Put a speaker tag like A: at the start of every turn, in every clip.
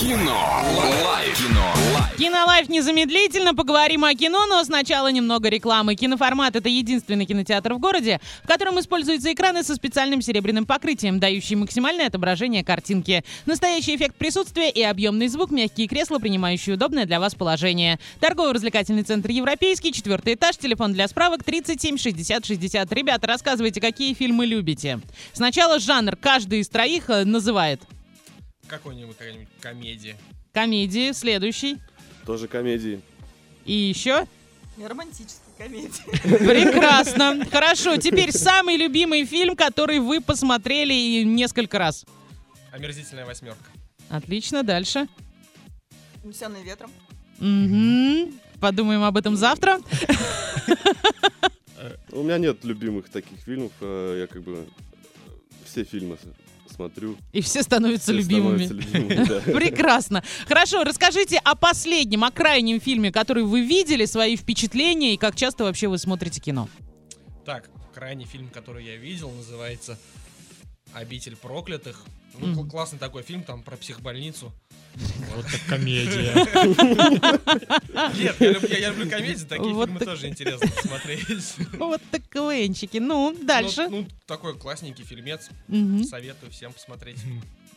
A: Кино. Лайф. Кино. Лайф.
B: Кинолайф незамедлительно, поговорим о кино, но сначала немного рекламы. Киноформат — это единственный кинотеатр в городе, в котором используются экраны со специальным серебряным покрытием, дающие максимальное отображение картинки. Настоящий эффект присутствия и объемный звук, мягкие кресла, принимающие удобное для вас положение. Торгово-развлекательный центр «Европейский», четвертый этаж, телефон для справок 37 60 60. Ребята, рассказывайте, какие фильмы любите. Сначала жанр каждый из троих э, называет.
C: Какой-нибудь какая-нибудь комедия.
B: Комедии, следующий.
D: Тоже комедии.
B: И еще
E: Романтическая комедия.
B: Прекрасно. Хорошо, теперь самый любимый фильм, который вы посмотрели и несколько раз.
C: Омерзительная восьмерка.
B: Отлично, дальше.
E: Унесенный ветром.
B: Мгм. Подумаем об этом завтра.
D: У меня нет любимых таких фильмов. э, Я как бы э, все фильмы с- смотрю.
B: И все становятся
D: Все
B: любимыми.
D: становятся любимыми, да.
B: Прекрасно. Хорошо, расскажите о последнем, о крайнем фильме, который вы видели, свои впечатления и как часто вообще вы смотрите кино.
C: Так, крайний фильм, который я видел, называется «Обитель проклятых». Ну, кл-
B: Мгм.
C: классный такой фильм, там про психбольницу.
F: Вот так комедия.
C: Нет, я люблю, я- я люблю комедии, такие
B: Вот
C: фильмы
B: так.
C: тоже интересно смотреть.
B: Вот так КВНчики. Ну, дальше.
C: Ну, ну, такой классненький фильмец.
B: Мгм.
C: Советую всем посмотреть.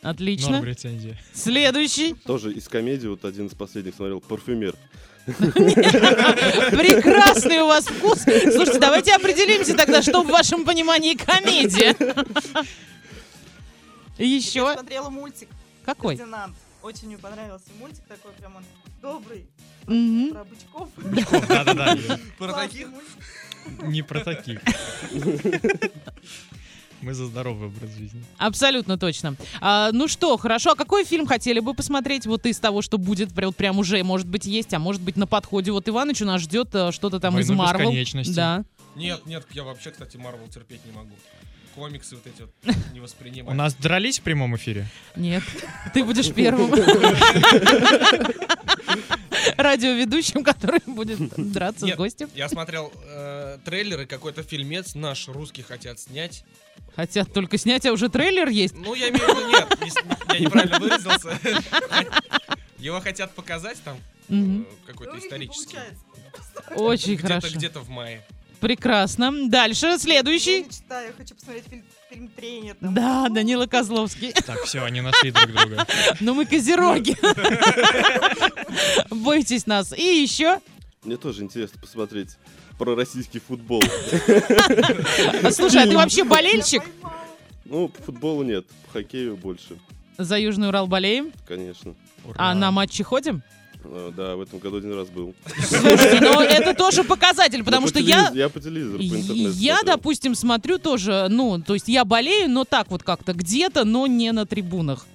B: Отлично.
F: Норм рецензии.
B: Следующий.
D: Тоже из комедии, вот один из последних смотрел, «Парфюмер».
B: Прекрасный у вас вкус. Слушайте, давайте определимся тогда, что в вашем понимании комедия.
E: Я
B: Еще
E: смотрела мультик
B: какой?
E: «Фердинанд». Очень мне понравился мультик такой, прям он добрый,
B: Мгм.
E: про бычков.
F: Да-да-да.
C: Про
E: Классный
C: таких?
E: мультик.
F: Не про таких. Мы за здоровый образ жизни.
B: Абсолютно точно. А, ну что, хорошо, а какой фильм хотели бы посмотреть вот из того, что будет прям, прям уже, может быть, есть, а может быть, на подходе. Вот Иваныч у нас ждет э, что-то там из
F: «Войну
B: Марвел.
F: бесконечности».
B: Да.
C: Нет, нет, я вообще, кстати, Марвел терпеть не могу. Комиксы вот эти вот не
F: У
C: воспринимаю.
F: нас дрались в прямом эфире?
B: Нет, ты будешь первым. Радиоведущим, который будет драться с
C: Нет.
B: гостем.
C: Я смотрел э, трейлеры, какой-то фильмец наш русский хотят снять.
B: Хотят только снять, а уже трейлер есть.
C: Ну, я имею в виду, нет, не с- я неправильно выразился. Его хотят показать там
B: Мгм.
C: э,
E: Да у
C: какой-то
E: них не
C: исторический.
E: получается.
B: Очень
C: Где-то
B: хорошо.
C: где-то в мае.
B: Прекрасно. Дальше,
E: Я
B: следующий.
E: мечтаю, хочу посмотреть фильм, фильм «Тренер». там.
B: Да, Данила Козловский.
F: Так, все, они нашли друг друга.
B: Ну мы козероги. Бойтесь нас. И еще.
D: Мне тоже интересно посмотреть про российский футбол.
B: Слушай, а ты вообще
E: Я
B: болельщик?
E: поймала.
D: Ну, по футболу нет, по хоккею больше,
B: За Южный Урал болеем.
D: конечно.
B: А
F: Ура.
B: на матчи ходим?
D: Э, Да, в этом году один раз был.
B: Слушайте, ну это тоже показатель, потому
D: Ну,
B: что
D: по
B: я...
D: телевизору- Я по телевизору, по интернету
B: Я,
D: смотрел.
B: допустим, смотрю тоже, ну, то есть я болею, но так вот как-то где-то, но не на трибунах.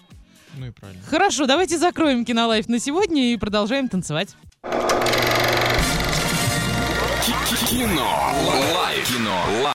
F: Ну и правильно.
B: Хорошо, давайте закроем кинолайф на сегодня и продолжаем танцевать.
A: Кино. Лайф. Кино. Лайф.